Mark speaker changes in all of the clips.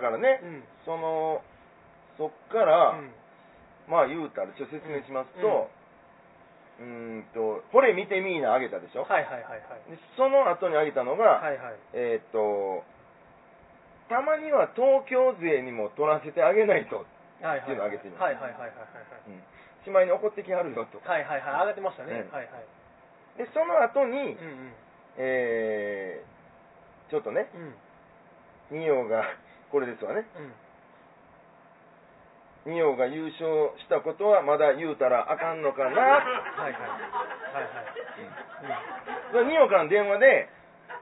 Speaker 1: からね、
Speaker 2: うん
Speaker 1: そのそっから、
Speaker 2: うん
Speaker 1: まあ言うたらちょっと説明しますと、うーんと「これ見てみーな」あげたでしょ、
Speaker 2: はいはいはいはい
Speaker 1: でその後にあげたのが、
Speaker 2: はいはい
Speaker 1: えーっとたまには東京勢にも取らせてあげないと、
Speaker 2: はいはい
Speaker 1: っていうのを挙げてみます
Speaker 2: はいはいはいはいはい
Speaker 1: うんしまいに怒ってきはるよと
Speaker 2: はいはいはい上げてました
Speaker 1: う
Speaker 2: ね
Speaker 1: ん
Speaker 2: はいはい
Speaker 1: でその後に、
Speaker 2: うんうん
Speaker 1: えーちょっとね
Speaker 2: う
Speaker 1: 二
Speaker 2: ん
Speaker 1: 葉が これですわね
Speaker 2: うん
Speaker 1: 二葉が優勝したことはまだ言うたらあかんのかな
Speaker 2: はいはいはいはい
Speaker 1: その二葉からの電話で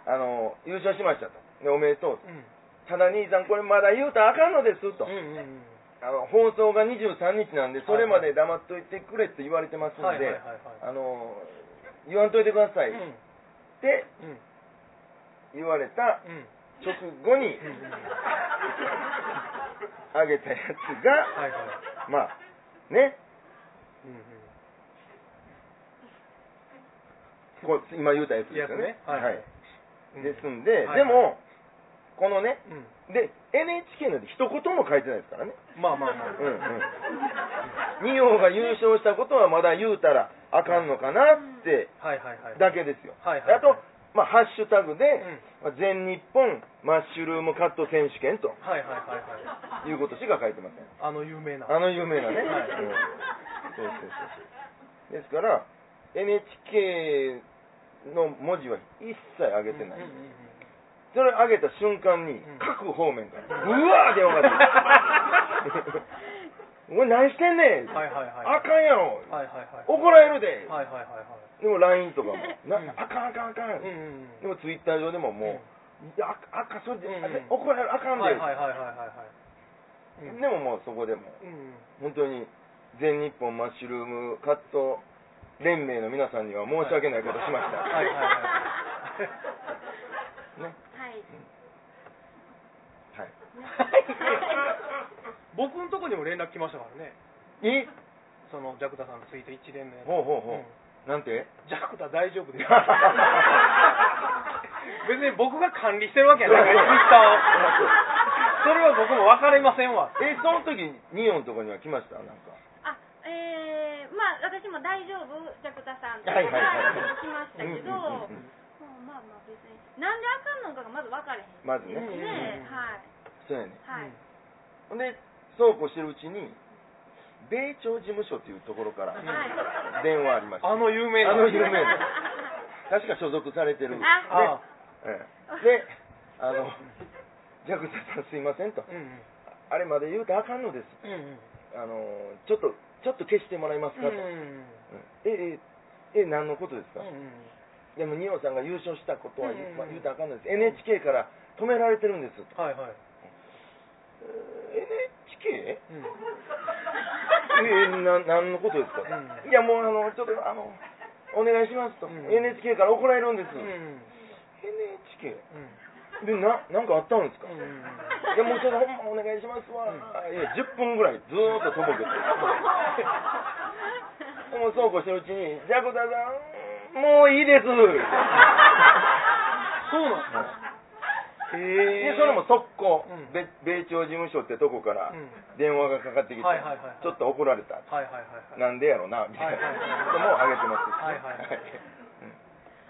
Speaker 1: あの優勝しましたとでおめでとうと
Speaker 2: うん
Speaker 1: ただ兄さんこれまだ言うたらあかんのですと、
Speaker 2: うんうんうん
Speaker 1: あの放送が23日なんでそれまで黙っといてくれって言われてますんで、
Speaker 2: はいはいはいはい
Speaker 1: あの言わんといてください、
Speaker 2: うん
Speaker 1: っ、て
Speaker 2: うん
Speaker 1: 言われた
Speaker 2: うん
Speaker 1: 直後に
Speaker 2: うんうん
Speaker 1: あげたやつが、
Speaker 2: はいはい
Speaker 1: まあね
Speaker 2: うんうん
Speaker 1: こう今言うたやつですよね
Speaker 2: やつねはいはいうん
Speaker 1: ですんで、
Speaker 2: はいはい
Speaker 1: でもこのね
Speaker 2: うん
Speaker 1: で NHK なんて一言も書いてないですからね
Speaker 2: まあまあまあ
Speaker 1: うんうん二葉が優勝したことはまだ言うたらあかんのかなって
Speaker 2: はいはいはい
Speaker 1: だけですよ、
Speaker 2: はいはいはい
Speaker 1: あと、まあ、ハッシュタグで、
Speaker 2: ん
Speaker 1: まあ全日本マッシュルームカット選手権と
Speaker 2: はいはいはいはい
Speaker 1: いうことしか書いてません
Speaker 2: あの有名な
Speaker 1: あの有名なね、
Speaker 2: はい
Speaker 1: うんそうそうそうですから NHK の文字は一切上げてない、
Speaker 2: うんうんうん
Speaker 1: それ上げた瞬間に
Speaker 2: ん
Speaker 1: 各方面から「うわ!」電話が出て 「お前何してんねん!」
Speaker 2: はいはい
Speaker 1: あ
Speaker 2: はい
Speaker 1: かんやろ
Speaker 2: はいはいはい
Speaker 1: 怒られるで、
Speaker 2: はいはいはいはい
Speaker 1: でも LINE とかもな
Speaker 2: うん
Speaker 1: あかんあかんあかん、
Speaker 2: うんうんうん
Speaker 1: でも Twitter 上でももう、いやああかんそれで、
Speaker 2: うんうん
Speaker 1: 怒られるあかんで、
Speaker 2: はいはいはいはいはいはいうん
Speaker 1: でももうそこでも
Speaker 2: うん
Speaker 1: 本当に全日本マッシュルームカット連盟の皆さんには申し訳ないことしました、
Speaker 2: はいはいはい
Speaker 1: ね
Speaker 3: はい。
Speaker 1: はい
Speaker 2: 僕のとこにも連絡来ましたからね
Speaker 1: え
Speaker 2: そのジャクタさんのツイート一連のやつ
Speaker 1: ほうほうほう、なんて
Speaker 2: ジャクタ大丈夫ですか別に僕が管理してるわけや ないからツイッターをそれは僕も分かりませんわ
Speaker 1: えその時ニオンとかには来ましたなんか
Speaker 3: あ、えー、まあ私も大丈夫ジャクタさんと
Speaker 1: は
Speaker 3: か
Speaker 1: いはいはい
Speaker 3: 来ましたけど、
Speaker 1: うんうんうんうん
Speaker 3: うんまあまあ別になんであかんのかがまず分かれへん。
Speaker 1: まずね
Speaker 3: ね、はい
Speaker 1: そうやね
Speaker 3: はい。
Speaker 1: ほんでそうこうしてるうちに米朝事務所というところから
Speaker 3: はい
Speaker 1: 電話ありました、
Speaker 2: あの有名な
Speaker 1: あの有名 な確か所属されてる
Speaker 2: ああ
Speaker 1: で,、ええであのジャクタさんすいませんと
Speaker 2: うんうん
Speaker 1: あれまで言うとあかんのです
Speaker 2: うんうん
Speaker 1: あのちょっとちょっと消してもらえますかと、うんえええ何のことですか、でも二葉さんが優勝したことは言,、
Speaker 2: うん
Speaker 1: まあ、言うとあかんのです NHK から止められてるんですと
Speaker 2: はいはい、
Speaker 1: NHK?
Speaker 2: うん、
Speaker 1: えな何のことですか、
Speaker 2: うん
Speaker 1: いやもうあのちょっとあのお願いしますと、
Speaker 2: うん
Speaker 1: NHK から怒られるんです、
Speaker 2: うん
Speaker 1: NHK
Speaker 2: うん
Speaker 1: でななんかあったんですか、
Speaker 2: うん
Speaker 1: いやもうちょっとほんまお願いしますわ、いや10分ぐらいずーっととぼけて でもそうこうしてるうちに「ジャクダさんもういいです」
Speaker 2: そうなんですへえ
Speaker 1: でそれも速攻、
Speaker 2: うん
Speaker 1: べ米朝事務所ってとこから
Speaker 2: うん
Speaker 1: 電話がかかってきて、
Speaker 2: はいはいはいはい
Speaker 1: ちょっと怒られた、
Speaker 2: はいはいはい
Speaker 1: なんでやろなみたいな
Speaker 2: はいはいはい
Speaker 1: ことも上げてます
Speaker 2: はいはいはい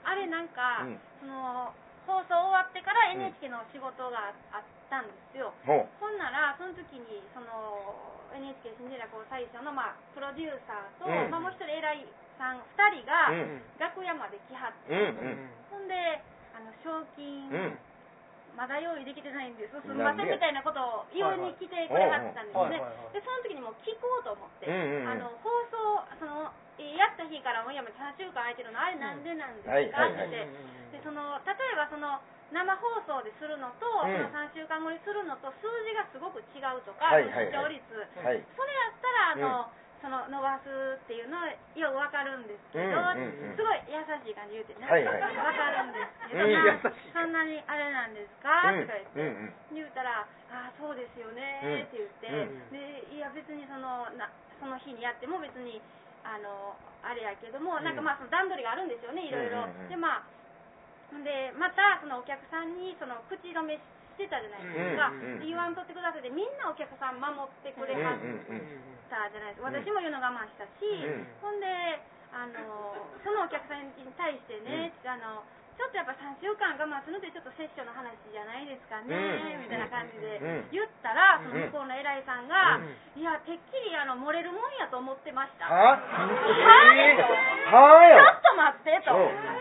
Speaker 3: あれなんか、
Speaker 1: うん
Speaker 3: その放送終わってから NHK の仕事があったんですよ、
Speaker 1: ほう
Speaker 3: ほんなら、その時にその NHK シンデレラ交際所の、まあ、プロデューサー
Speaker 1: う
Speaker 3: と、
Speaker 1: ん
Speaker 3: まあ、もう一人偉いさん2人が
Speaker 1: うん
Speaker 3: 楽屋まで来はって、
Speaker 1: うんうん
Speaker 3: ほんであの賞金、
Speaker 1: うん
Speaker 3: まだ用意できてないんですすみ
Speaker 1: な
Speaker 3: ま
Speaker 1: ん
Speaker 3: せ
Speaker 1: で
Speaker 3: んみたいなことを言いに来てくれはったんですね
Speaker 2: はいはいはいはいはいはい
Speaker 3: でその時にもう聞こうと思って、
Speaker 1: うんうんうん
Speaker 3: あの放送そのえーやった日からもう今3週間空いてるのあれなんでなんですか、
Speaker 1: はいはいはい
Speaker 3: ってでその例えばその生放送でするのと、
Speaker 1: うん
Speaker 3: その3週間後にするのと数字がすごく違うとか、
Speaker 1: はいはいはい
Speaker 3: 視聴率、
Speaker 1: はい
Speaker 3: それやったらあの、その伸ばすっていうのはよくわかるんですけど、
Speaker 1: うんうんうん
Speaker 3: すごい優しい感じで言うてね、
Speaker 1: はいはい
Speaker 3: わかるんですけど、
Speaker 1: うん
Speaker 3: な
Speaker 2: 優しい
Speaker 3: そんなにあれなんですか、とか言って。
Speaker 1: うんうんうん
Speaker 3: 言うたら「ああそうですよね」って言って、
Speaker 1: うん
Speaker 3: でいや別にそのなその日にやっても別にあのあれやけども、
Speaker 1: うん
Speaker 3: なんかまあその段取りがあるんですよねいろいろ、
Speaker 1: うんうんうん
Speaker 3: でまあほんでまたそのお客さんにその口止めしてたじゃないですか、
Speaker 2: うんうんうん
Speaker 3: で言わんとってくださいってみんなお客さん守ってくれ
Speaker 1: うんう
Speaker 3: はっ
Speaker 1: んうん
Speaker 3: たじゃないですか、私も言うの我慢したし、
Speaker 1: うん
Speaker 3: ほんであのそのお客さんに対してね、あのちょっとやっぱ3週間我慢するのってちょっとセッションの話じゃないですかね、
Speaker 1: うん
Speaker 3: みたいな感じで
Speaker 1: うん
Speaker 3: 言ったら、
Speaker 1: うん
Speaker 3: その向こうの偉いさんが、
Speaker 1: うん
Speaker 3: いやてっきりあの漏れるもんやと思ってました、
Speaker 1: は
Speaker 3: は
Speaker 1: ぁはぁ
Speaker 3: ち
Speaker 1: や
Speaker 3: ょ
Speaker 1: ろ
Speaker 3: っと待ってと、
Speaker 1: うん
Speaker 3: それは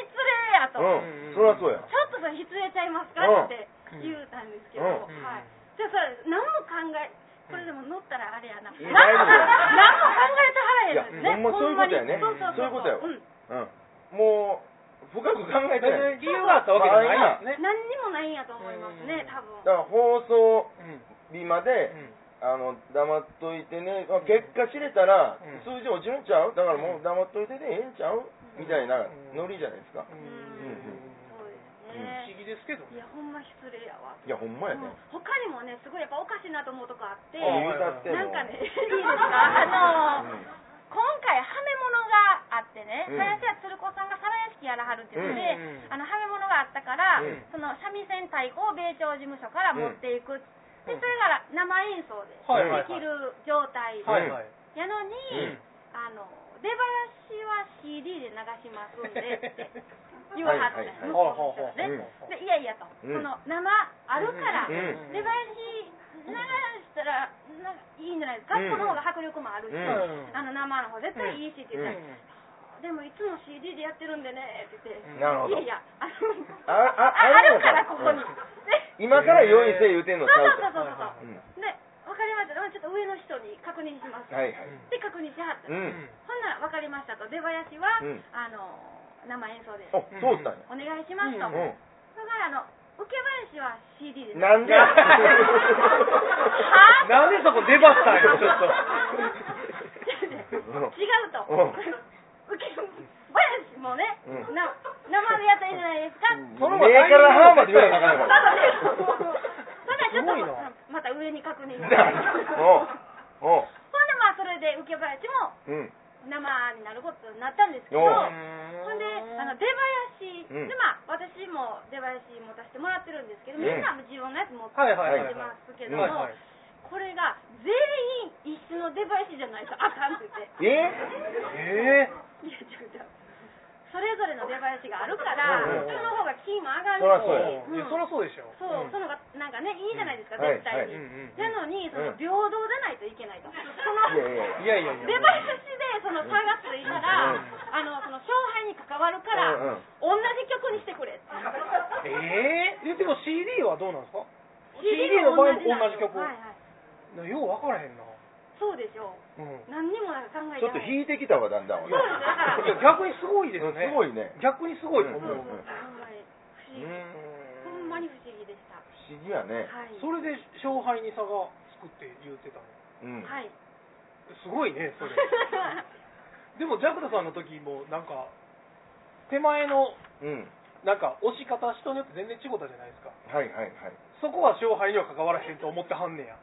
Speaker 3: 失礼やと、
Speaker 1: うん、そりゃそうや。
Speaker 3: ちょっとそれ失礼ちゃいますか
Speaker 1: うん
Speaker 3: って言うたんですけど、
Speaker 1: うん
Speaker 3: はい、じゃあそれ何も考えこれでも乗ったらあれやな、
Speaker 1: いや
Speaker 3: 何も
Speaker 1: いや
Speaker 3: 何も考
Speaker 1: ほんまそういうこ
Speaker 3: えてはらへん
Speaker 1: とやね
Speaker 3: ほんまに
Speaker 1: そういうことやわ
Speaker 3: そうそうそううん
Speaker 1: うん。もう、深く考えてない。
Speaker 2: 理由があったわけじゃないんですね。
Speaker 3: 何にもないんやと思いますね、
Speaker 2: うん
Speaker 3: 多
Speaker 1: だから
Speaker 3: 分。
Speaker 1: 放送
Speaker 2: うん
Speaker 1: 日まで、あの、黙っといてね、まあ結果知れたら
Speaker 2: うん、
Speaker 1: 数字落ちるんちゃうだからもう黙っといてね、ええんちゃうみたいなノリじゃないですか。
Speaker 2: うん
Speaker 3: そ
Speaker 2: 不
Speaker 3: うです
Speaker 2: 思
Speaker 3: ね。
Speaker 2: 議ですけど
Speaker 3: い
Speaker 2: ね。
Speaker 3: や、ほんま失礼やわ。
Speaker 1: いや、ほんまやね。
Speaker 3: うん他にもね、すごいやっぱおかしいなと思うとこあって、
Speaker 1: あ
Speaker 2: お
Speaker 1: 言
Speaker 3: な
Speaker 1: うたっても。
Speaker 3: んかね、いいですかあ
Speaker 1: う
Speaker 3: の、
Speaker 1: ん
Speaker 3: 今回ハメ物があってね、
Speaker 1: うん
Speaker 3: 林家つる子さんが皿屋敷やらはるって言って、
Speaker 2: うん
Speaker 3: あのハメ物があったから、
Speaker 1: うん
Speaker 3: その三味線太鼓を米朝事務所から持っていく、で
Speaker 2: うん
Speaker 3: それが生演奏で
Speaker 2: はいはいはい
Speaker 3: できる状態
Speaker 2: はいはい。
Speaker 3: やの
Speaker 1: うん
Speaker 3: に、あの出囃子は CD で流しますんでって 言わはったんです向こうの人
Speaker 1: は
Speaker 3: がね、
Speaker 1: いはい
Speaker 3: でいやいやと、
Speaker 1: うん
Speaker 3: その生あるから、
Speaker 1: うん
Speaker 3: 出囃子流したらなんかいいんじゃないですか、
Speaker 1: うん
Speaker 3: この方が迫力もあるし、
Speaker 1: うん
Speaker 3: あの生の方絶対いいしって言ったら、
Speaker 1: うん
Speaker 3: でもいつも CD でやってるんでねって言って、
Speaker 2: うん
Speaker 1: なるほど
Speaker 3: いやいやあの
Speaker 1: あ
Speaker 3: あ
Speaker 1: あ
Speaker 3: あるから
Speaker 1: あ
Speaker 3: こ
Speaker 1: るのう
Speaker 3: こに、
Speaker 1: ん
Speaker 3: ね
Speaker 1: 今から用意せえ言うてん
Speaker 3: そう
Speaker 1: のちゃう
Speaker 3: そう
Speaker 1: と。
Speaker 3: そうそうそう、
Speaker 1: うん
Speaker 3: でわかりましたちょっと上の人に確認します、
Speaker 1: はいはい。
Speaker 3: で確認しはった、
Speaker 1: う。
Speaker 2: うん
Speaker 3: ほんなら分かりましたと出囃子は、
Speaker 1: うん
Speaker 3: あの生演奏で
Speaker 1: あ、そうしたんや。
Speaker 3: お願いしますと、
Speaker 2: う
Speaker 3: だ
Speaker 2: ん
Speaker 3: からあの受け囃子は CD です
Speaker 1: なんで
Speaker 3: は
Speaker 2: なんでそこ出ばしたんやちょっ
Speaker 1: う
Speaker 3: 違
Speaker 1: ん
Speaker 3: うと
Speaker 1: うん
Speaker 3: 受け囃子もね、
Speaker 1: うん
Speaker 3: な生でやったらいいんじゃないですか、
Speaker 1: 目から歯まで言わなあかんや
Speaker 3: た
Speaker 1: ろ
Speaker 3: だね、ただちょっ
Speaker 2: すごい
Speaker 3: と
Speaker 2: な
Speaker 3: また上に確認
Speaker 1: な
Speaker 3: ほん
Speaker 1: る
Speaker 3: で
Speaker 1: ほど おう
Speaker 3: まあそれで受け囃子も
Speaker 1: おううん
Speaker 3: 生になることになったんですけど、
Speaker 1: おう
Speaker 2: と。
Speaker 3: ほんであの出囃子、
Speaker 1: うん
Speaker 3: でまあ私も出囃子持たせてもらってるんですけど、みんなも自分のやつ持って
Speaker 2: はいはいはいはい
Speaker 3: ますけど
Speaker 1: はい
Speaker 3: も、
Speaker 2: はい
Speaker 3: これが全員一緒の出囃子じゃないとあかんって言って。
Speaker 1: え
Speaker 2: え
Speaker 3: いや違う違うそれぞれの出囃子があるから、
Speaker 1: うんうん
Speaker 3: その方がキーも上がる
Speaker 1: そら
Speaker 2: ー、
Speaker 1: そうや
Speaker 3: し、
Speaker 2: いやそりゃそうでしょ。
Speaker 3: そう、
Speaker 2: ん
Speaker 3: そのがなんかねいいじゃないですか、
Speaker 1: うん
Speaker 3: 絶対に、
Speaker 1: はいはい
Speaker 2: うんうん
Speaker 3: なのにその
Speaker 1: うん
Speaker 3: 平等でないといけないと、その
Speaker 1: いやいや
Speaker 2: いやいやいや。
Speaker 3: 出囃子でその差がついたら、
Speaker 1: うん
Speaker 3: あのその勝敗に関わるから、
Speaker 1: うんうん
Speaker 3: 同じ曲にしてくれって
Speaker 2: えー、えでも CD はどうなんですか
Speaker 3: CD
Speaker 2: の場合も同
Speaker 3: なの
Speaker 2: じ曲
Speaker 3: はいはい、
Speaker 2: よう分からへんな、
Speaker 3: そうでしょう
Speaker 2: うん、
Speaker 3: 何にもなんか考え
Speaker 1: ち
Speaker 3: て
Speaker 1: ょっと
Speaker 3: ない
Speaker 1: 引いてきたわだんだん
Speaker 3: そう
Speaker 1: 俺
Speaker 3: ですだから
Speaker 2: いや逆にすごいです
Speaker 1: うん
Speaker 2: ね
Speaker 1: すごいね
Speaker 2: 逆にすごいと思う、
Speaker 1: うんうん
Speaker 3: ほんまに不思議、
Speaker 1: うん
Speaker 3: ほんまに不思議でした、
Speaker 1: 不思議やね
Speaker 3: はい
Speaker 2: それで勝敗に差がつくって言ってたの
Speaker 1: うん
Speaker 3: はい
Speaker 2: すごいねそれ でもジャクダさんの時もなんか手前の
Speaker 1: うん
Speaker 2: なんか押し方人によって全然違ったじゃないですか
Speaker 1: はいはいはい
Speaker 2: そこは勝敗には関わらへんと思ってはんねや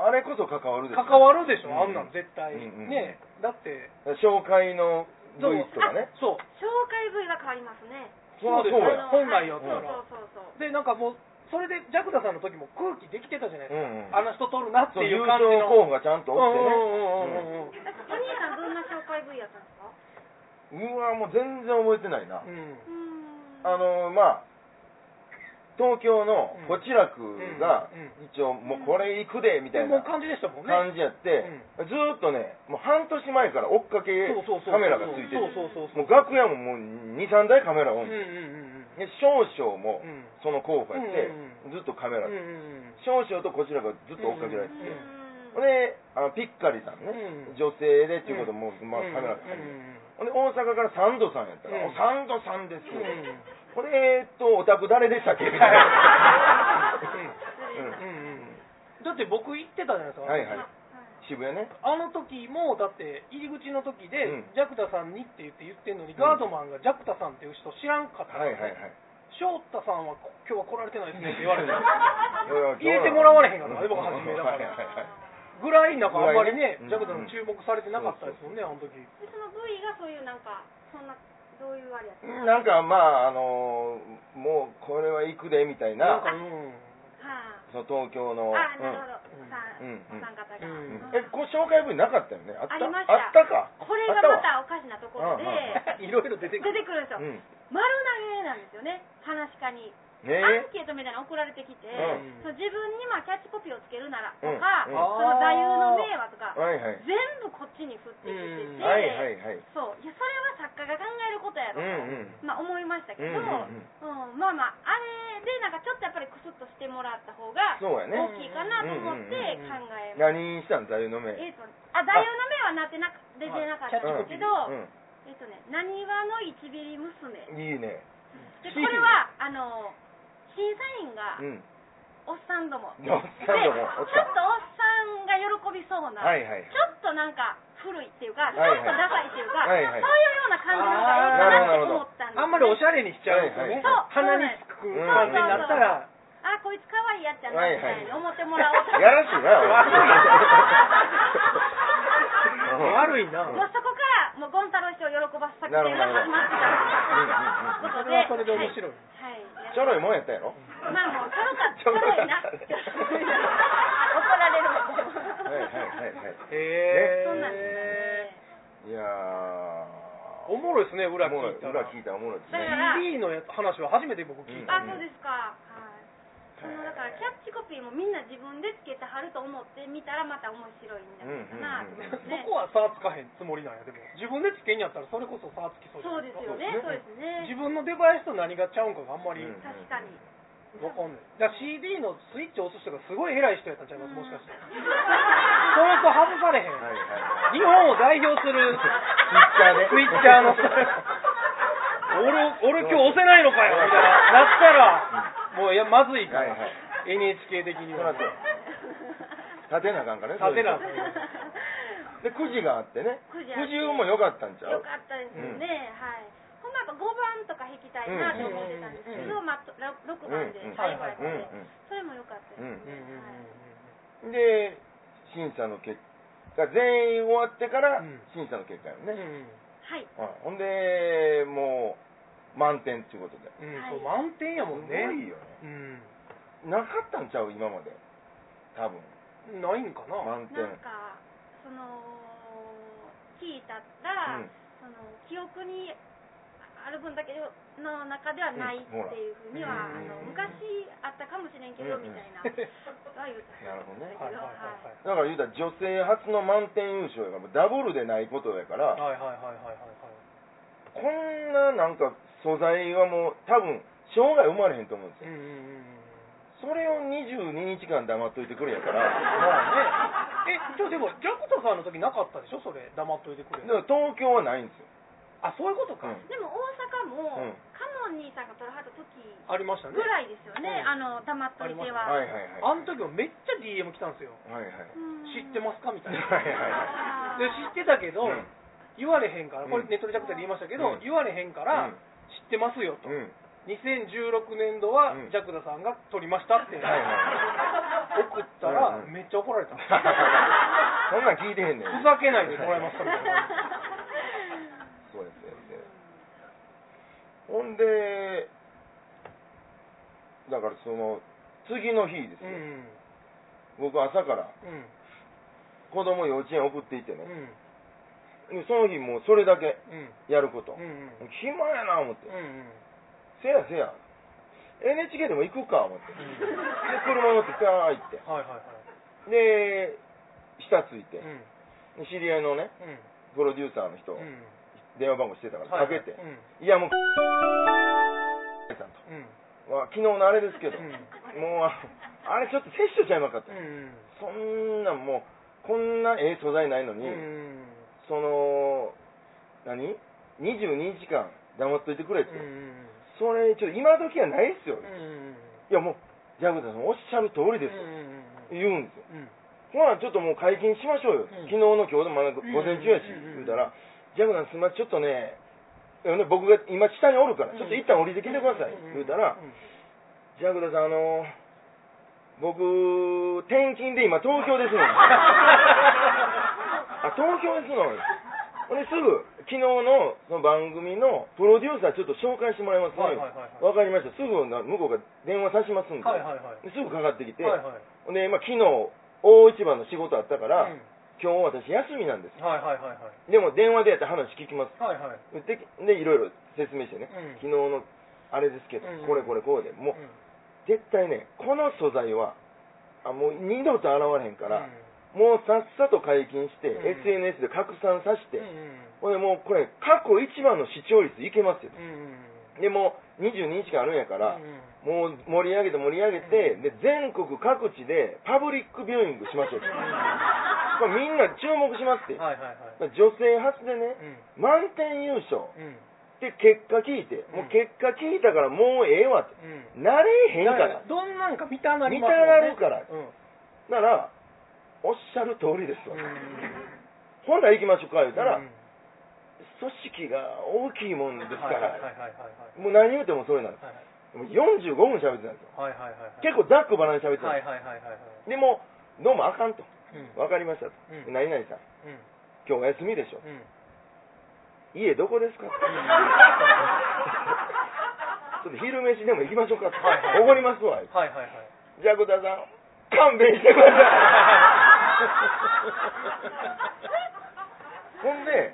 Speaker 1: あれこそ関わるでしょ
Speaker 2: 関わるでしょ、
Speaker 1: うん
Speaker 2: あんなん絶対、
Speaker 1: うんうんうん
Speaker 2: ねだって
Speaker 1: 紹介の部位とかね
Speaker 2: そう
Speaker 3: 紹介部位は変わりますね
Speaker 1: そら
Speaker 2: そうです
Speaker 1: そう
Speaker 2: あ
Speaker 1: や
Speaker 2: の本来やったら
Speaker 3: そうそうそうそう
Speaker 2: でなんかもうそれでジャクダさんの時も空気できてたじゃないです
Speaker 1: う
Speaker 2: か、
Speaker 1: んうん
Speaker 2: あの人取るなって
Speaker 1: そう
Speaker 2: い
Speaker 1: 優
Speaker 2: う感じ
Speaker 1: 勝
Speaker 2: の
Speaker 1: 候補がちゃんと
Speaker 2: う
Speaker 1: お
Speaker 2: ん
Speaker 1: っ
Speaker 2: う
Speaker 1: て
Speaker 2: んうんうんうんうん
Speaker 3: えお兄さんどんな紹介部位やったんですかう
Speaker 1: ねうんうわもう全然覚えてないな
Speaker 3: ーん
Speaker 1: あのまあ東京のこちらくが
Speaker 2: うんうん
Speaker 1: 一応もうこれ行くでみたい
Speaker 2: もう
Speaker 1: な
Speaker 2: 感じでしたもんね
Speaker 1: 感じやって、ずーっとねもう半年前から追っかけ
Speaker 2: そうそうそ
Speaker 1: カ
Speaker 2: う
Speaker 1: メラがついてる
Speaker 2: そうそうそう
Speaker 1: もう楽屋ももう23台カメラオ
Speaker 2: う
Speaker 1: ン、
Speaker 2: ん
Speaker 1: で
Speaker 2: うんうんうん
Speaker 1: 少々も
Speaker 2: うん
Speaker 1: その候補やって、
Speaker 2: う
Speaker 1: ずっとカメラ、
Speaker 2: うんうん
Speaker 1: 少々とこちらがずっと追っかけられ
Speaker 3: う
Speaker 1: てて、
Speaker 3: ーん
Speaker 1: ほんであのピッカリさんね、
Speaker 2: うん
Speaker 1: 女性でっていうことも、まあ、
Speaker 2: うん
Speaker 1: カメラが入る、
Speaker 2: うん
Speaker 1: ほんで大阪からサンドさんやったら
Speaker 2: う
Speaker 1: 「
Speaker 2: ん
Speaker 1: おサンドさんです」
Speaker 2: うんうん
Speaker 1: これえーっとお宅誰でしたっけ?」みたいな、
Speaker 2: うんうんだって僕行ってたじゃないですか、
Speaker 1: はいはい渋谷ね
Speaker 2: あの時もだって入り口の時で、
Speaker 1: うん
Speaker 2: ジャクタさんにって言って言ってんのに、ガードマンがジャクタさんっていう人知らんかった
Speaker 1: はいはいはい
Speaker 2: 翔太さんはこ今日は来られてないですねって言わ れて
Speaker 1: 入
Speaker 2: 入れてもらわれへんからね僕初めだからぐらいなんかあんまりね、
Speaker 1: うん
Speaker 2: ジャクタさん注目されてなかったですもんね、あの時
Speaker 3: でその部位がそういうなんかそんなどういうあれやった
Speaker 1: うんなんかまああのーもうこれは行くでみたい
Speaker 2: なん
Speaker 1: な
Speaker 2: か、 うん。
Speaker 3: は
Speaker 1: その東京
Speaker 3: あ、
Speaker 1: の
Speaker 3: あなるほど、
Speaker 2: うん
Speaker 3: おさん
Speaker 1: うん
Speaker 3: お三方が、
Speaker 2: うん
Speaker 1: うん
Speaker 3: うん
Speaker 1: えご紹介文なかったよねあった
Speaker 3: ありました
Speaker 1: あったか
Speaker 3: これがまたおかしなところで
Speaker 1: うんう
Speaker 2: いろいろ出て
Speaker 3: 出
Speaker 2: くる。
Speaker 3: てくるんですよ、
Speaker 1: うんね
Speaker 3: 丸投げなんですよね話し家に、アンケートみたいなの送られてきて、
Speaker 1: うん
Speaker 3: その自分にまあキャッチコピーをつけるならと
Speaker 1: うんう
Speaker 3: か、
Speaker 1: ん
Speaker 3: その座右の銘はとか、
Speaker 1: はいはい
Speaker 3: 全部こっちに振っ
Speaker 2: う
Speaker 3: てきてて、
Speaker 2: ん
Speaker 1: はいはいはい
Speaker 3: そういやそれは作家が考えること
Speaker 1: う
Speaker 3: やろ
Speaker 1: んうん
Speaker 3: と、まあ、思いましたけ
Speaker 1: うん
Speaker 3: ど、
Speaker 1: うん
Speaker 3: うんまあまああれでなんかちょっとやっぱりクスッとしてもらった方が
Speaker 1: そうやね
Speaker 3: 大きいかなと思
Speaker 2: うんうんう
Speaker 3: って
Speaker 2: ん
Speaker 3: 考えました、
Speaker 1: 何したん座右の銘
Speaker 3: えっ、とあ座右の銘はなってなく出てなかったんですけど、
Speaker 1: うん
Speaker 3: えっ、とね「なにわの一ビリ娘」
Speaker 1: うんいいね
Speaker 3: でこれはあの審査員が
Speaker 1: うん
Speaker 3: おっさんども、
Speaker 1: おっ
Speaker 3: で
Speaker 1: さんどもおっ
Speaker 3: ちょっと
Speaker 1: さ
Speaker 3: おっさんが喜びそうんな、
Speaker 1: はいはい
Speaker 3: ちょっとなんか古いっていうか、
Speaker 1: はい
Speaker 3: ちょ
Speaker 1: はい
Speaker 3: っとダサいっていうか、
Speaker 1: はいはい
Speaker 3: そういうような感じの方がいいかなって思ったんです、ね、
Speaker 2: あんまりおし
Speaker 3: ゃ、
Speaker 2: ゃれにしちゃうとね
Speaker 1: はいはい
Speaker 2: 鼻につく感じになったら、
Speaker 3: あこいつ可愛いやっちゃなみたいに思ってもらおうと
Speaker 1: やらしいなうん
Speaker 2: うん 悪いな。
Speaker 3: もうそこからもうゴン太郎師匠を喜ばす作戦が始まってたんですね
Speaker 2: そ
Speaker 3: と
Speaker 2: れはそれで
Speaker 3: いう
Speaker 2: 面
Speaker 3: ことで、
Speaker 2: 白い。
Speaker 3: はいはい、
Speaker 1: ちょろいもんやったやろ
Speaker 3: まあもうちょろかちょろいな
Speaker 1: ちょろか
Speaker 3: 怒
Speaker 1: った
Speaker 3: られるわ
Speaker 1: はいはいはいはい
Speaker 2: へ
Speaker 3: そうなんです
Speaker 1: い
Speaker 3: よね
Speaker 1: やー
Speaker 2: おもろいですね、裏
Speaker 1: おもろ
Speaker 2: 聞
Speaker 1: い
Speaker 2: いた
Speaker 1: 裏
Speaker 2: ら。
Speaker 1: 聞いたらおもろいです
Speaker 3: だ
Speaker 1: ね
Speaker 3: から
Speaker 2: CD のやつ話は初めて僕聞いた。
Speaker 3: あそうですかはいそのだからキャッチコピーもみんな自分でつけてはると思って見たらまた面白いんじゃないかなと思います
Speaker 2: そ
Speaker 3: ね、
Speaker 2: こは差つかへんつもりなんや、でも。自分でつけんやったら、それこそ差つきそうじゃ
Speaker 3: そう
Speaker 2: ない
Speaker 3: で
Speaker 2: ですすか
Speaker 3: よねそうです
Speaker 2: 自
Speaker 3: ね
Speaker 2: 分のデバイスと何がちゃうんかがあんまり
Speaker 1: うん
Speaker 2: わ
Speaker 3: 確かに
Speaker 2: かんない。だから CD のスイッチ押す人がすごい偉い人やったんちゃいます、もしかして。その人外されへん。
Speaker 1: はいはい
Speaker 2: 日本を代表す
Speaker 1: は
Speaker 2: る
Speaker 1: い
Speaker 2: ツイッターの俺、俺今日押せないのかよみたいな、なったら、もういや、まずいから、
Speaker 1: はいはい
Speaker 2: NHK 的に
Speaker 1: そら
Speaker 2: は。
Speaker 1: そう立てなあかんからね
Speaker 2: 立てなあか
Speaker 1: そ
Speaker 2: ん
Speaker 1: ういう人でくじがあってね
Speaker 3: くじあって
Speaker 1: くじ運も良かったんちゃ
Speaker 3: よ
Speaker 1: う
Speaker 3: かったですよね、はいほんまやっぱ5番とか引きたいなと思ってたんですけど、
Speaker 1: うん
Speaker 3: まあ、とら6番で
Speaker 1: うん
Speaker 3: 最後やった
Speaker 1: うん
Speaker 3: で、それも良かったです
Speaker 2: う
Speaker 3: ね、
Speaker 2: んうんうんうん
Speaker 3: はい
Speaker 1: うんで審査の結果全員終わってから
Speaker 2: うん
Speaker 1: 審査の結果よ
Speaker 2: う
Speaker 1: ね、
Speaker 2: ん
Speaker 3: はい
Speaker 1: うんほんでもう満点っていうことで
Speaker 2: うんそう満点やもん
Speaker 1: すごい
Speaker 2: ね。
Speaker 1: よ
Speaker 2: うん。
Speaker 1: ねなかったんちゃう今まで多分
Speaker 2: ないんかな。
Speaker 1: 満点
Speaker 3: なんかその聞いた
Speaker 1: う
Speaker 3: ら、
Speaker 1: ん
Speaker 3: その記憶にある分だけの中ではないっていうふうには、
Speaker 2: うん
Speaker 3: あ
Speaker 2: う
Speaker 3: の
Speaker 2: ん
Speaker 3: 昔あったかもしれんけ
Speaker 1: う
Speaker 3: ど
Speaker 1: ん
Speaker 3: みた いな、は言うた
Speaker 1: なるほどね
Speaker 2: はいはいは
Speaker 1: だから言うたら女性初の満点優勝やからもうダブルでないことやか
Speaker 2: いはい。
Speaker 1: ら
Speaker 2: はいはいはいはいはい。
Speaker 1: こんななんか素材はもう多分生涯生まれへんと思うんです
Speaker 2: う
Speaker 1: よ
Speaker 2: んうんうんうん。
Speaker 1: それを22日間黙っといてくれやから
Speaker 2: まあ ね。え、じゃあでも、ジャクタさんの時なかったでしょそれ、黙っといてくれ
Speaker 1: だ。から東京はないんですよ
Speaker 2: あ、そういうことか。
Speaker 1: うん
Speaker 3: でも大阪も、
Speaker 1: うん
Speaker 3: カモン兄さんが取らはった時ぐ
Speaker 2: ありましたね。
Speaker 3: らいですよね、
Speaker 2: うん
Speaker 3: あの黙っといて
Speaker 1: はい
Speaker 3: は、
Speaker 1: はいはい
Speaker 2: あの時もめっちゃ DM 来たんですよ。
Speaker 1: はいはい
Speaker 3: うん
Speaker 2: 知 ってますかみたいな。
Speaker 1: はいはい
Speaker 3: あー
Speaker 2: で知ってたけど、
Speaker 1: うん
Speaker 2: 言われへんから、これ
Speaker 1: うん
Speaker 2: ネットでジャクタで言いましたけど、
Speaker 1: うん
Speaker 2: 言われへんから、知ってますよと。
Speaker 1: うんうん
Speaker 2: 2016年度は
Speaker 1: うん
Speaker 2: ジャクダさんが撮りましたって送
Speaker 1: はいはい
Speaker 2: ったら
Speaker 1: うん
Speaker 2: めっちゃ怒ら れたふ
Speaker 1: そんなん聞いてへんねん
Speaker 2: ざけないでもらえますかみたいな
Speaker 1: そうですそうですほんでだからその次の日です
Speaker 2: う
Speaker 1: よ、
Speaker 2: ん
Speaker 1: 僕朝から
Speaker 2: うん
Speaker 1: 子供幼稚園送っていって
Speaker 2: う
Speaker 1: ね、
Speaker 2: ん
Speaker 1: その日もうそれだけ
Speaker 2: うん
Speaker 1: やること、
Speaker 2: うんうん
Speaker 1: 暇やな思って、
Speaker 2: うんうん
Speaker 1: せやせや NHK でも行くか思って、
Speaker 2: ん
Speaker 1: で車乗ってピャー行って
Speaker 2: はいはいはい
Speaker 1: で下ついて
Speaker 2: う、ん
Speaker 1: 知り合いのね
Speaker 2: うん
Speaker 1: プロデューサーの人、
Speaker 2: うん
Speaker 1: 電話番号してたから
Speaker 2: は
Speaker 1: か
Speaker 2: い
Speaker 1: けて、
Speaker 2: うん
Speaker 1: いやもう、 さんと
Speaker 2: うん
Speaker 1: わ昨日のあれですけど、
Speaker 2: うん
Speaker 1: もうああれちょっと摂取ちゃいまんかった、
Speaker 2: うん
Speaker 1: そんなんもうこんなええ素材ないの
Speaker 2: うん
Speaker 1: に、
Speaker 2: うん
Speaker 1: その何22時間黙っといてくれって、
Speaker 2: うん
Speaker 1: それちょっと今時はないっすよ、
Speaker 2: う
Speaker 1: い
Speaker 2: ん
Speaker 1: やもうジャグダーさんおっしゃる通りです、言うんですよほ
Speaker 2: うん
Speaker 1: らちょっともう解禁しましょうよ、
Speaker 2: うん
Speaker 1: 昨日の今日でもまだ午前中やし、
Speaker 2: うん
Speaker 1: 言うたらジャグダーさんすんませんちょっとねいやね僕が今下におるから、ちょっと一旦降りてきてください、言うたら、
Speaker 2: ん
Speaker 1: ジャグダさん、あの僕、 転勤で今、東京ですの。あ、東京ですの。ほんですぐ、昨日のその番組のプロデューサーちょっと紹介してもらいますね。
Speaker 2: はいはいはいはい
Speaker 1: わかりました。すぐな向こうが電話さしますんで。
Speaker 2: はいはいはい
Speaker 1: ですぐかかってきて、
Speaker 2: はいはい
Speaker 1: ほんで、まあ、昨日、大一番の仕事あったから、
Speaker 2: うん
Speaker 1: 今日私休みなんです。
Speaker 2: はいはいはいはい
Speaker 1: でも電話でやったら話聞きます。
Speaker 2: はいはい
Speaker 1: で、でいろいろ説明してね、
Speaker 2: う
Speaker 1: 昨日
Speaker 2: ん
Speaker 1: のあれですけど、
Speaker 2: うん
Speaker 1: これこれこうで、もう、
Speaker 2: うん
Speaker 1: 絶対ね、この素材は、あもう二度と現れへんから、
Speaker 2: うん
Speaker 1: もうさっさと解禁して、
Speaker 2: うん
Speaker 1: SNS で拡散させて、
Speaker 2: うん
Speaker 1: ほんでもうこれ、過去一番の視聴率いけますよ。
Speaker 2: うんうん
Speaker 1: でもう22日間あるんやから
Speaker 2: う、ん
Speaker 1: もう盛り上げて盛り上げて、で全国各地でパブリックビューイングしましょうと。これみんな注目しますって。
Speaker 2: はいはいはい
Speaker 1: 女性初でね、満点優勝
Speaker 2: うんうん
Speaker 1: って結果聞いて、もう結果聞いたからもうええわと。
Speaker 2: うん
Speaker 1: なれへんか
Speaker 2: だから
Speaker 1: ら。
Speaker 2: どんなんか見たなり
Speaker 1: 見
Speaker 2: ま
Speaker 1: た
Speaker 2: すもん
Speaker 1: ら
Speaker 2: ね
Speaker 1: れるから。
Speaker 2: うん
Speaker 1: なら、おっしゃる通りですわ。
Speaker 2: うん
Speaker 1: ほんなら行きましょうか、言うたら、
Speaker 2: うん
Speaker 1: 組織が大きいもんですか
Speaker 2: はいはいはい
Speaker 1: ら、
Speaker 2: はい
Speaker 1: もう何言うてもそれなんです。
Speaker 2: はい
Speaker 1: もう45分喋ってたんですよ。
Speaker 2: はいはいはいはいはい
Speaker 1: 結構ざっくばらんに喋ってたん
Speaker 2: はい
Speaker 1: で
Speaker 2: はいはいはいはい
Speaker 1: す。でも、どうもあかんと。
Speaker 2: うん
Speaker 1: わかりましたと。
Speaker 2: うん
Speaker 1: 何々さん、
Speaker 2: うん
Speaker 1: 今日お休みでしょ。
Speaker 2: うん
Speaker 1: 家どこですか ちょっと昼飯でも行きましょうかって
Speaker 2: はいはい
Speaker 1: おごりますわ。
Speaker 2: はいはいはい
Speaker 1: じゃあ、くださん、勘弁してください。ほんで、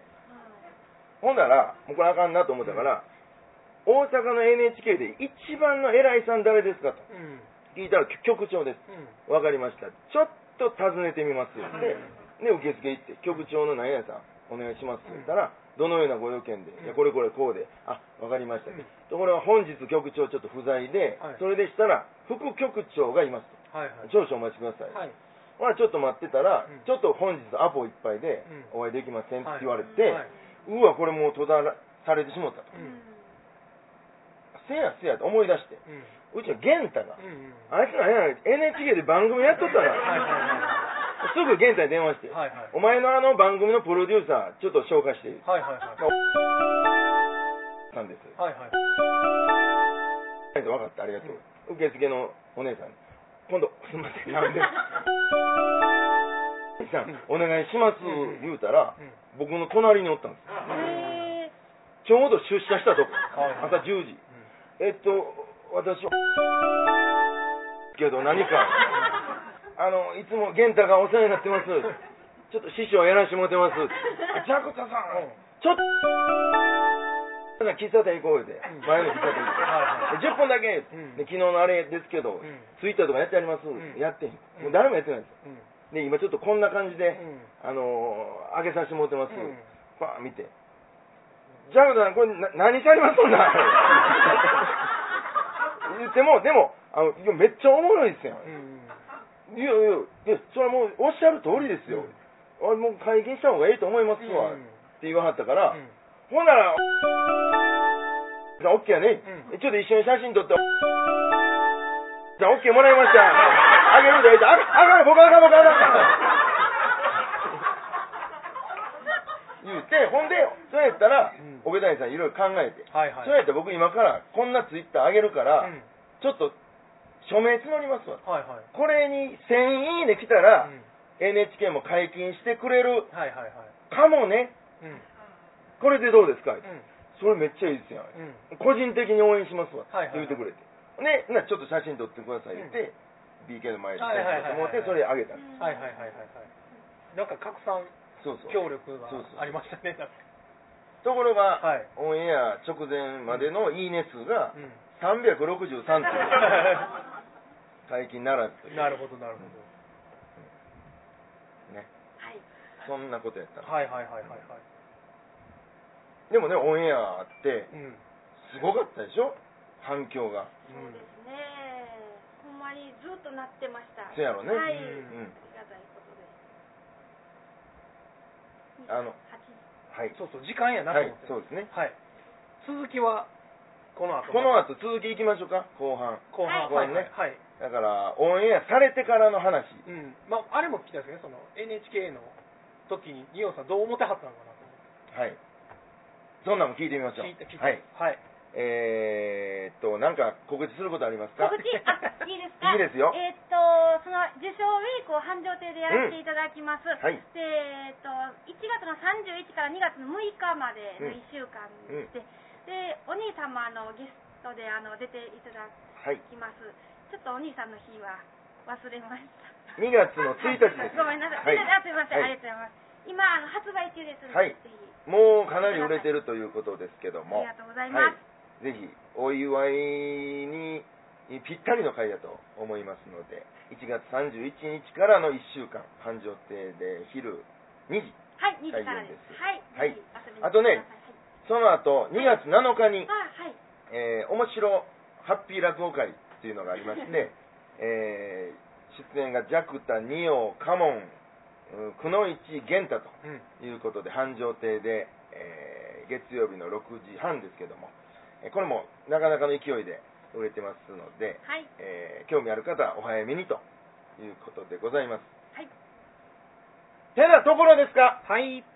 Speaker 1: ほんなら、もうこれあかんなと思ったから、大阪の NHK で一番の偉いさん誰ですかと
Speaker 2: うん
Speaker 1: 聞いたら局長です。
Speaker 2: うん
Speaker 1: わかりました。ちょっと訪ねてみますよ。で、で受付行って、局長の何々さん、お願いしますって言ったら、どのようなご用件で、いやこれこれこうで、あ、わかりました。
Speaker 2: うん
Speaker 1: ところが本日局長ちょっと不在で、
Speaker 2: はい
Speaker 1: それでしたら、副局長がいますと。
Speaker 2: はいはい
Speaker 1: 少々お待ちください。
Speaker 2: はい
Speaker 1: まあ、ちょっと待ってたら、
Speaker 2: うん
Speaker 1: ちょっと本日アポいっぱいで
Speaker 2: う
Speaker 1: お会いできませんって言われて、
Speaker 2: はいはいう
Speaker 1: わ、これもう閉ざらされてしまったと。
Speaker 2: うん
Speaker 1: せやせやと思い出して、
Speaker 2: う
Speaker 1: う
Speaker 2: ん
Speaker 1: ちの玄太が、
Speaker 2: うんうん
Speaker 1: あいつなんや、NHK で番組やっとった
Speaker 2: はいはい
Speaker 1: な。すぐ玄太に電話して、
Speaker 2: はいはい
Speaker 1: お前のあの番組のプロデューサー、ちょっと紹介していい
Speaker 2: はいはいはい
Speaker 1: さんです。
Speaker 2: はいはい
Speaker 1: 分かった、ありがとう。受付のお姉さんに、今度、すみません、 なんで。さん、お願いします、言うたら、
Speaker 2: うん
Speaker 1: 僕の隣におったんです。
Speaker 3: え
Speaker 1: ちょうど出社したとこ
Speaker 2: はい、
Speaker 1: 朝10時。えっと、私、けど何 か、あの、いつも玄太がお世話になってます。ちょっと師匠やらしてもらってます。あジャクタさん、ちょっと、喫茶店行こうで、
Speaker 2: ん
Speaker 1: 前の喫茶店
Speaker 2: はいは
Speaker 1: 行って、10分だけ、
Speaker 2: うん
Speaker 1: で昨日のあれですけど、
Speaker 2: ん
Speaker 1: ツイッターとかやってあります、
Speaker 2: ん
Speaker 1: やってへん、もう誰もやってないんですよ
Speaker 2: うん
Speaker 1: で今ちょっとこんな感じで、
Speaker 2: うん
Speaker 1: あのー上げさせてもらってます、
Speaker 2: うん
Speaker 1: パーン見てジャムさんこれな何しゃります そんなん言ってもでもあのいやめっちゃおもろいですよ、
Speaker 2: うんうん
Speaker 1: いやいやいやそれはもうおっしゃる通りですよ、俺もう会見した方がいいと思いますわ、
Speaker 2: うん
Speaker 1: って言わはったから、
Speaker 2: うん
Speaker 1: ほんなら、 じゃあ、オッケーやね、
Speaker 2: うん
Speaker 1: ちょっと一緒に写真撮って、じゃあ、オッケーもらいました。あげるで、あ、あかん、僕あかん、僕あかん。言うて、ほんで、そうやったら
Speaker 2: ん、
Speaker 1: 奥谷さんいろいろ考えて、
Speaker 2: はいはい
Speaker 1: そうやったら僕今からこんなツイッターあげるから、
Speaker 2: うん
Speaker 1: ちょっと署名募りますわ。
Speaker 2: はいはい
Speaker 1: これに1000いいね来たら、
Speaker 2: うん
Speaker 1: NHK も解禁してくれる
Speaker 2: はいはいはい
Speaker 1: かもね。
Speaker 2: うんうん
Speaker 1: これでどうですか、それめっちゃいいですやん、
Speaker 2: うん
Speaker 1: 個人的に応援しますわ、
Speaker 2: はいはいはい
Speaker 1: 言ってくれてねなちょっと写真撮ってください言って、BK の前で
Speaker 2: はいはいはいは
Speaker 1: 撮っ
Speaker 2: い
Speaker 1: てもらってそれあげた、
Speaker 3: うん
Speaker 2: はいはいはいはいはいなんか拡散
Speaker 1: そうそう
Speaker 2: 協力が
Speaker 1: そうそう
Speaker 2: ありましたねなんか
Speaker 1: ところが、
Speaker 2: はい
Speaker 1: オンエア直前までのいいね数が
Speaker 2: うん
Speaker 1: 363と いう解禁ならずという
Speaker 2: なるほどなるほ
Speaker 1: ね
Speaker 3: はい
Speaker 1: そんなことやった
Speaker 2: どはいはいはいはいはい
Speaker 1: でもねオンエアあって
Speaker 2: うんうん
Speaker 1: すごかったでしょ反響が
Speaker 3: そうですねほんまにずっとなってました
Speaker 1: せやろね
Speaker 3: は
Speaker 1: うん
Speaker 3: い、ありがたいことです
Speaker 1: あのは
Speaker 3: 8時
Speaker 1: い
Speaker 2: そうそう時間やなと
Speaker 1: はいそ
Speaker 2: 思って
Speaker 1: うですね
Speaker 2: はい続きはこの後
Speaker 1: この後続きいきましょうか後半
Speaker 2: 後半
Speaker 1: は
Speaker 2: はいいはいはい
Speaker 1: だからオンエアされてからの話
Speaker 2: うんまああれも聞きたいですねその NHK の時に二葉さんどう思ってはったのかなと思って
Speaker 1: はい。そんなんも聞いてみましょう。
Speaker 2: 聞いて聞いて
Speaker 1: はい。
Speaker 2: はい
Speaker 1: えーっと、なんか告知することありますか
Speaker 3: 告知、 あ、いいですか
Speaker 1: いいですよ。
Speaker 3: えーっと、その、受賞ウィークを繁盛亭でやらせていただきます。
Speaker 1: んはい
Speaker 3: で、えーっと、1月の31から2月の6日までの1週間で、で、お兄様のゲストで、あの、出ていただ
Speaker 1: はい。
Speaker 3: きます。ちょっとお兄さんの日は忘れました。
Speaker 1: 2月の1日です。
Speaker 3: ごめんなさい。
Speaker 1: はい。
Speaker 3: あ、すいません、
Speaker 1: はい
Speaker 3: ありがとうございます。今、あの、発売中ですので、
Speaker 1: はい
Speaker 3: ぜひ、
Speaker 1: もうかなり売れてるということですけど
Speaker 3: あ
Speaker 1: も
Speaker 3: りが、とうございます。
Speaker 1: ぜひお祝いにぴったりの回だと思いますので、1月31日からの1週間、繁盛亭で昼2時、
Speaker 3: はい、2時からです。はい。
Speaker 1: はい
Speaker 3: ぜひ遊びに来てください
Speaker 1: あとねその後2月7日に、
Speaker 3: はいあ、はい。
Speaker 1: えー、面白ハッピー落語会っていうのがありまして、えー出演がジャクタ、ニオ、カモン、うんくのいち、ゲンタと
Speaker 2: うん。
Speaker 1: いうことで、繁盛亭で、えー月曜日の6時半ですけども、えーこれもなかなかの勢いで売れてますので、
Speaker 3: はい。
Speaker 1: えー興味ある方はお早めにということでございます。
Speaker 3: はい。
Speaker 1: てなところですか
Speaker 2: はい。